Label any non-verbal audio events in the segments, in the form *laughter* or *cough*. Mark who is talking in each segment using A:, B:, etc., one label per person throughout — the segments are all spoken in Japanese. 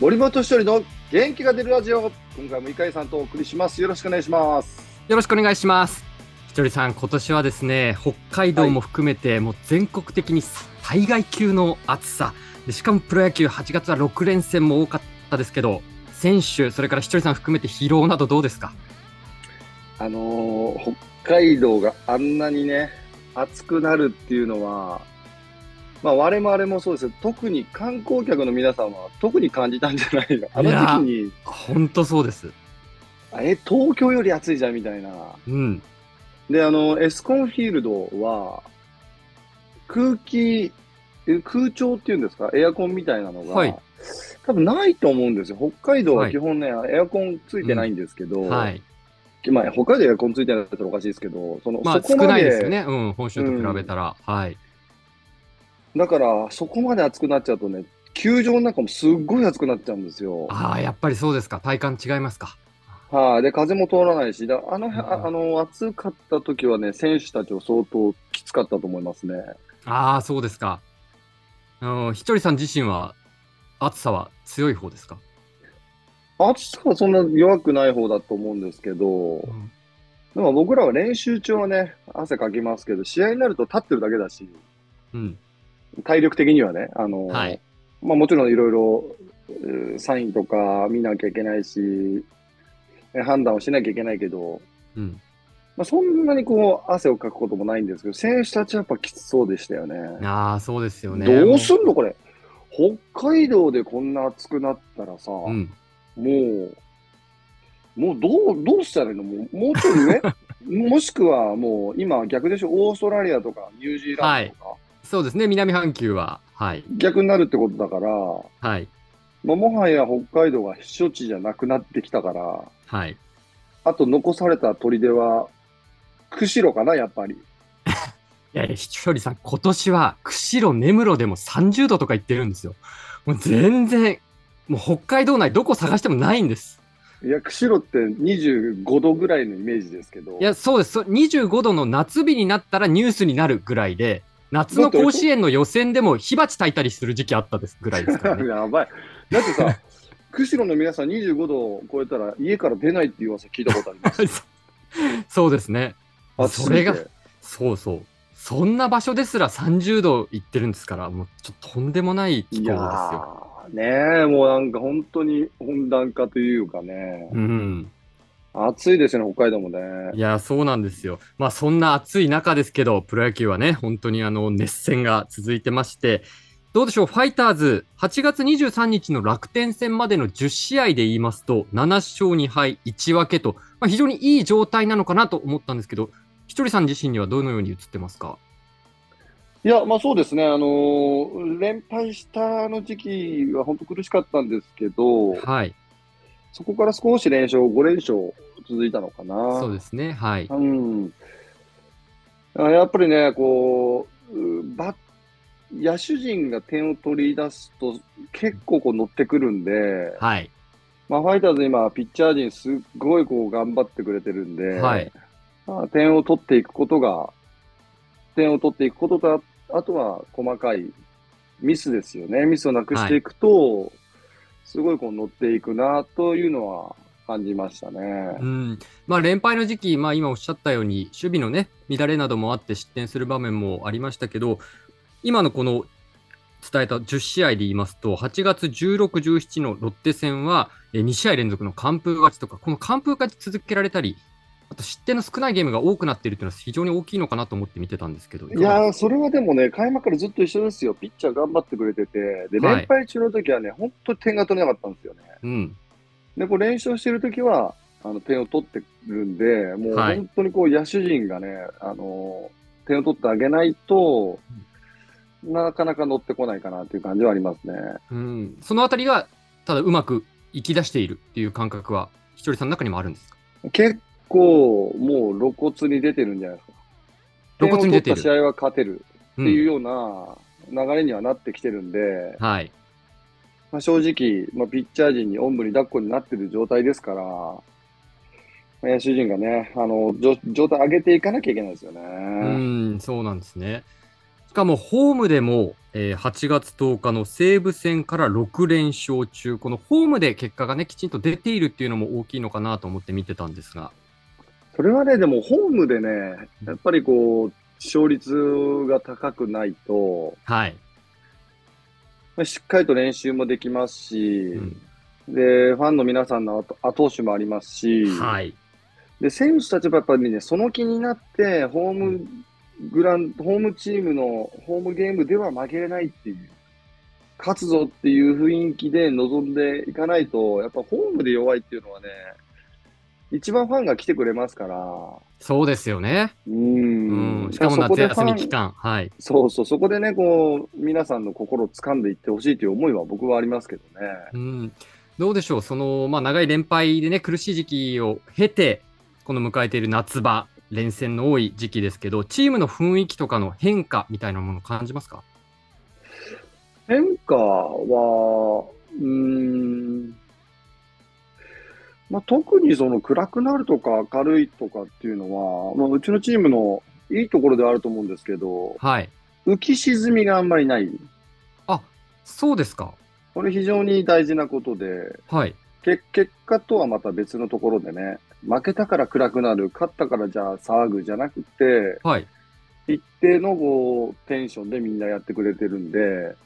A: 森本一人の元気が出るラジオ今回も井上さんとお送りしますよろしくお願いします
B: よろしくお願いします。ひとりさん、今年はですね、北海道も含めて、もう全国的に災害級の暑さ。でしかもプロ野球8月は6連戦も多かったですけど、選手、それからひとりさん含めて疲労などどうですか
A: あのー北海道があんなにね暑くなるっていうのはまあ我々もそうですけど特に観光客の皆さんは特に感じたんじゃないのあの時期に
B: 本当そうです。
A: え東京より暑いじゃんみたいな
B: うん。
A: で、あの、エスコンフィールドは、空気、え空調っていうんですか、エアコンみたいなのが、
B: はい
A: 多分ないと思うんですよ。北海道
B: は
A: はい基本ね、エアコンついてないんですけど、
B: はい。
A: まあ、北海道エアコンついてないって言ったらおかしいですけど、その、
B: まあ、
A: そ
B: 少
A: こまで
B: ないですよね。うん、本州と比べたら。はい。
A: だから、そこまで暑くなっちゃうとね、球場の中もすっごい暑くなっちゃうんですよ。
B: ああ、やっぱりそうですか。体感違いますか。
A: はい、で、風も通らないし、だあの、あ
B: うん
A: あの、暑かった時はね、選手たちは相当きつかったと思いますね。
B: ああ、そうですか。うん、ひとりさん自身は、暑さは強い方ですか、
A: 暑さはそんな弱くない方だと思うんですけど、
B: うん
A: でも僕らは練習中はね、汗かきますけど、試合になると立ってるだけだし、
B: うん。
A: 体力的にはね、あの、
B: はい。
A: まあもちろんいろいろうーサインとか見なきゃいけないし、え判断をしなきゃいけないけど、
B: うん。
A: まあ、そんなにこう汗をかくこともないんですけど、選手たちはやっぱきつそうでしたよね。
B: ああ、そうですよね。
A: どうすんのこれ。北海道でこんな暑くなったらさ、
B: うん、
A: もう、もうどう、どうしたらいいのもう、もうちょい
B: *laughs*
A: 上もしくはもう今逆でしょオーストラリアとかニュージーランドとか、
B: そうですね、南半球は、はい、
A: 逆になるってことだから、
B: はい、
A: まあ、もはや北海道が避暑地じゃなくなってきたから、
B: はい。
A: あと残された砦は、釧路かな、やっぱり。
B: いやいや、ひとりさん、今年は釧路、根室でも30度とか言ってるんですよ。もう全然、もう北海道内、どこ探してもないんです。
A: いや、釧路って25度ぐらいのイメージですけど、
B: いや、そうです、そ25度の夏日になったらニュースになるぐらいで、夏の甲子園の予選でも火鉢焚いたりする時期あったですぐらいで
A: *laughs*
B: すからね。
A: やばい。だって
B: *laughs*
A: さ、釧路の皆さん25度を超えたら家から出ないっていう噂聞いたことあります。
B: そうですね、
A: 暑すぎ
B: それが
A: て
B: そうそう。そんな場所ですら30度行ってるんですから、もうちょっととんでもない気候
A: い
B: です
A: や
B: よ。
A: ーねえ、もうなんか本当に温暖化というかね、
B: うん。
A: 暑いですよね、北海道もね。
B: いや、そうなんですよ。まあ、そんな暑い中ですけど、プロ野球はね、本当にあの熱戦が続いてまして、どうでしょう、ファイターズ、8月23日の楽天戦までの10試合で言いますと、7勝2敗、1分けと、まあ、非常にいい状態なのかなと思ったんですけど、ひとりさん自身にはどのように映ってますか
A: いや、まあそうですね、あのー連敗したあの時期は本当苦しかったんですけど、
B: はい、
A: そこから少し連勝、5連勝続いたのかな。
B: そうですね、はい。
A: うん。あやっぱりね、こう、うバッ野手陣が点を取り出すと結構こう乗ってくるんで、
B: はい、
A: まあ、ファイターズ今、ピッチャー陣すっごいこう頑張ってくれてるんで、
B: はい、
A: まあ、点を取っていくことが、点を取っていくことと、ああとは細かいミスですよね。ミスをなくしていくと、すごいこう乗っていくなというのは感じましたね。
B: うんまあ、連敗の時期、まあ、今おっしゃったように、守備の、ね、乱れなどもあって失点する場面もありましたけど、今のこの伝えた10試合で言いますと、8月16、17のロッテ戦は、えー2試合連続の完封勝ちとか、この完封勝ち続けられたり、あと失点の少ないゲームが多くなっているというのは非常に大きいのかなと思って見てたんですけど、
A: いやー、それはでもね、開幕からずっと一緒ですよ。ピッチャー頑張ってくれてて、で、
B: はい
A: 連敗中の時はね、本当に点が取れなかったんですよね。
B: うん、
A: で、こう連勝してるときは、あの、点を取ってるんで、もう
B: はい
A: 本当にこう、野手陣がね、あのー、点を取ってあげないと、なかなか乗ってこないかなっていう感じはありますね。
B: うん、そのあたりが、ただうまくいき出しているっていう感覚は、ひとりさんの中にもあるんですか
A: 結構、もう露骨に出てるんじゃないですか。
B: 露骨に出て
A: 点を取った試
B: る。
A: 合は勝てるって
B: う
A: いうんような流れにはなってきてるんで、
B: はい
A: まあ、正直、まあ、ピッチャー陣におんぶに抱っこになってる状態ですから、まあ野手陣がね、あの、じょ状態上げていかなきゃいけないですよね。
B: うん、そうなんですね。かもホームでも、えー8月10日の西武戦から6連勝中、このホームで結果がね、きちんと出ているっていうのも大きいのかなと思って見てたんですが、
A: それはね、でもホームでね、やっぱりこう、勝率が高くないと、
B: はい。
A: まあしっかりと練習もできますし、
B: うん
A: で、ファンの皆さんの後後押しもありますし、
B: はい。
A: で、選手たちもやっぱりね、その気になって、ホームグラン、ホームチームのホームゲームでは負けれないっていう、勝つぞっていう雰囲気で臨んでいかないと、やっぱホームで弱いっていうのはね、一番ファンが来てくれますから、
B: そうですよね。
A: う
B: うん
A: ん。
B: しかも
A: だらそこ
B: 夏
A: でファ
B: 休
A: ン
B: み期間。はい。
A: そうそう、そこでね、こう、皆さんの心を掴んでいってほしいという思いは僕はありますけどね。
B: うん、どうでしょう、その、まあ、長い連敗でね、苦しい時期を経て、この迎えている夏場、連戦の多い時期ですけど、チームの雰囲気とかの変化みたいなものを感じますか
A: 変化は、うーん、まあ、特にその暗くなるとか明るいとかっていうのは、まあ、うちのチームのいいところではあると思うんですけど、
B: はい。
A: 浮き沈みがあんまりない。
B: あ、そうですか。
A: これ非常に大事なことで、
B: はい。
A: け結果とはまた別のところでね、負けたから暗くなる、勝ったからじゃあ騒ぐじゃなくて、
B: はい。
A: 一定のこうテンションでみんなやってくれてるんで、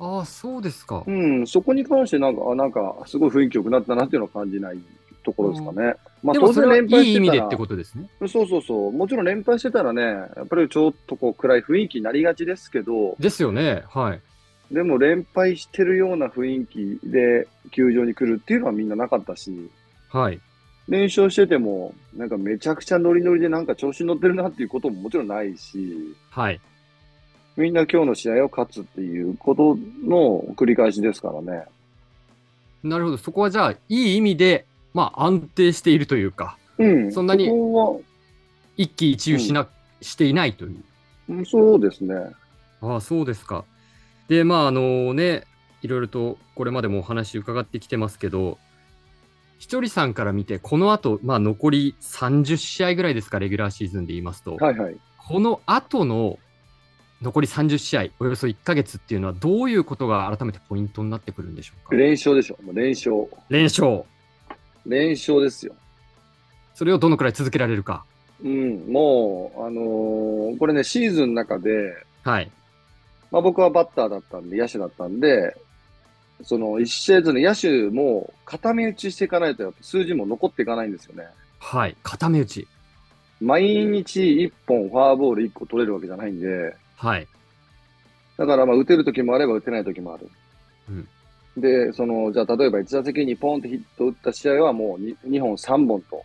B: ああ、そうですか
A: う。ん、そこに関してなんか、あなんか、すごい雰囲気良くなったなっていうのは感じないところですかね。まあ、
B: で
A: 当
B: もそ
A: 然
B: れはい
A: 連敗
B: い
A: し
B: 意
A: て
B: 味
A: た
B: で
A: ら
B: ってことですね。
A: そうそうそう、もちろん連敗してたらね、やっぱりちょっとこう暗い雰囲気になりがちですけど、
B: ですよね。はい。
A: でも連敗してるような雰囲気で球場に来るっていうのはみんななかったし、
B: はい。
A: 連勝してても、なんかめちゃくちゃノリノリでなんか調子に乗ってるなっていうことももちろんないし、
B: はい。
A: みんな今日の試合を勝つっていうことの繰り返しですからね。
B: なるほど。そこはじゃあ、いい意味で、まあ、安定しているというか、
A: うん、
B: そんなに
A: こは
B: 一喜一憂しな、していないという。
A: うんそうですね。
B: ああ、そうですか。で、まあ、あのね、いろいろとこれまでもお話伺ってきてますけど、ひとりさんから見て、この後、まあ、残り30試合ぐらいですか、レギュラーシーズンで言いますと、
A: はいはい。
B: この後の残り30試合、およそ1ヶ月っていうのは、どういうことが改めてポイントになってくるんでしょうか。
A: 連勝でしょ。もう連勝。
B: 連勝、
A: 連勝ですよ。
B: それをどのくらい続けられるか。
A: うん、もう、あのーこれね、シーズンの中で、
B: はい、
A: まあ、僕はバッターだったんで、野手だったんで、その1試合ずつの野手も固め打ちしていかないと、やっぱ数字も残っていかないんですよね。
B: はい、固め打ち、
A: 毎日1本、フォアボール1個取れるわけじゃないんで、
B: はい、
A: だからまあ打てる時もあれば打てない時もある。
B: うん
A: で、その、じゃあ例えば1打席にポンってヒット打った試合はもう 2, 本、3本と、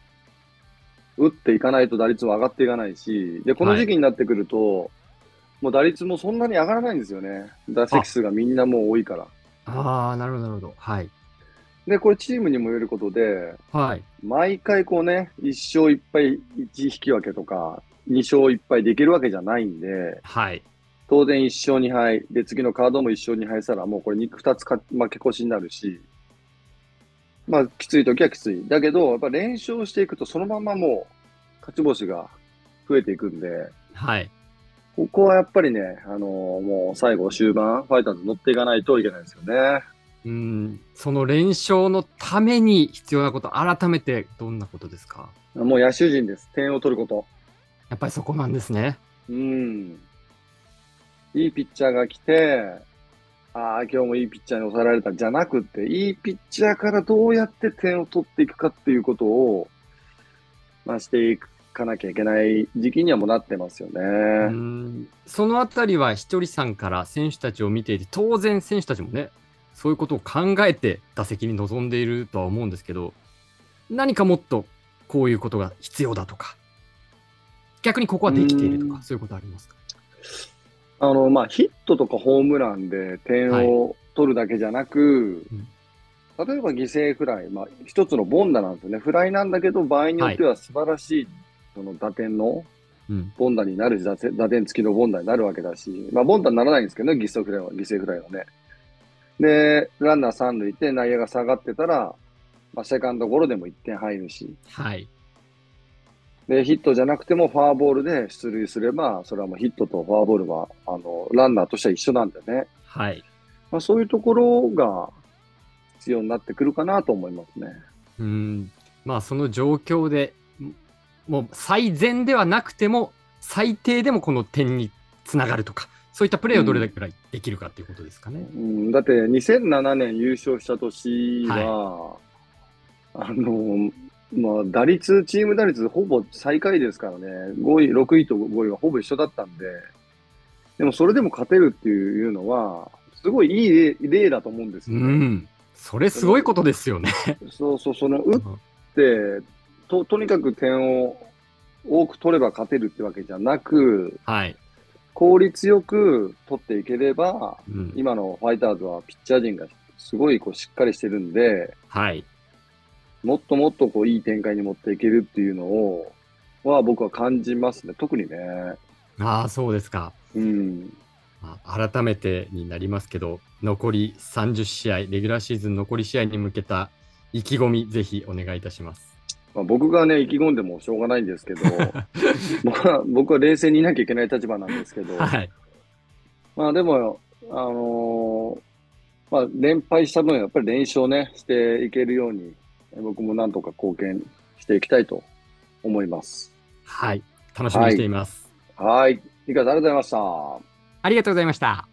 A: 打っていかないと打率は上がっていかないし、で、この時期になってくると、もう打率もそんなに上がらないんですよね。打席数がみんなもう多いから。
B: ああ、なるほど、なるほど、はい、
A: で、これチームにもよることで、
B: はい、
A: 毎回こうね、1勝1敗1引き分けとか、2勝1敗できるわけじゃないんで、
B: はい、
A: 当然1勝2敗、で、次のカードも1勝2敗したら、もうこれ 2, つか負け越しになるし、まあ、きつい時はきつい。だけど、やっぱ連勝していくと、そのままもう、勝ち星が増えていくんで、
B: はい、
A: ここはやっぱりね、あのーもう最後、終盤、ファイターズ乗っていかないといけないですよね。
B: うん、その連勝のために必要なこと、改めてどんなことですか
A: もう野手陣です。点を取ること。
B: やっぱりそこなんですね。
A: うん。いいピッチャーが来て、ああ、今日もいいピッチャーに抑えられたじゃなくて、いいピッチャーからどうやって点を取っていくかっていうことを、まあ、していかなきゃいけない時期にはもうなってますよね。
B: うんそのあたりはひとりさんから選手たちを見ていて、当然選手たちもね、そういうことを考えて打席に臨んでいるとは思うんですけど、何かもっとこういうことが必要だとか、逆にここはできていると
A: う
B: か、
A: ん
B: そういうことありますか
A: あの、まあ、ヒットとかホームランで点を取るだけじゃなく、例えば犠牲フライ、まあ、一つのボンダなんですよね。フライなんだけど、場合によっては素晴らしい、その打点の
B: うん、
A: ボンダになるし、打線打点付きのボンダになるわけだし、まあ、ボンダにならないんですけどね、犠牲フライは、犠牲フライはね。で、ランナー三塁で内野が下がってたら、まあ、セカンドゴロでも1点入るし、
B: はい。
A: で、ヒットじゃなくてもフォアボールで出塁すれば、それはもうヒットとフォアボールは、あの、ランナーとしては一緒なんでね。
B: はい。
A: まあ、そういうところが必要になってくるかなと思いますね。
B: うん。まあ、その状況で、ももう最善ではなくても、最低でもこの点につながるとか、そういったプレーをどれだけできるかっていうことですかね。
A: うん、だって2007年優勝した年は、あの、まあ、打率、チーム打率ほぼ最下位ですからね、5位、6位と5位はほぼ一緒だったんで、でもそれでも勝てるっていうのは、すごいいい例例だと思うんです
B: う
A: よね。
B: ん。それすごいことですよね。
A: そうそう、その打ってと、とにかく点を多く取れば勝てるってわけじゃなく、
B: はい。
A: 効率よく取っていければ、
B: うん、
A: 今のファイターズはピッチャー陣がすごいこうしっかりしてるんで、
B: はい。
A: もっともっとこういい展開に持っていけるっていうのを、は僕は感じますね。特にね。
B: ああ、そうですか。
A: うん。
B: まあ、改めてになりますけど、残り30試合、レギュラーシーズン残り試合に向けた意気込み、ぜひお願いいたします。
A: まあ、僕がね、意気込んでもしょうがないんですけ
B: *laughs*
A: ど、僕は、僕は冷静にいなきゃいけない立場なんですけど、
B: はい。
A: まあでも、あのーまあ連敗した分、やっぱり連勝ね、していけるように、僕もなんとか貢献していきたいと思います。
B: はい。楽しみにしています。
A: はい。以下、ありがとうございました。
B: ありがとうございました。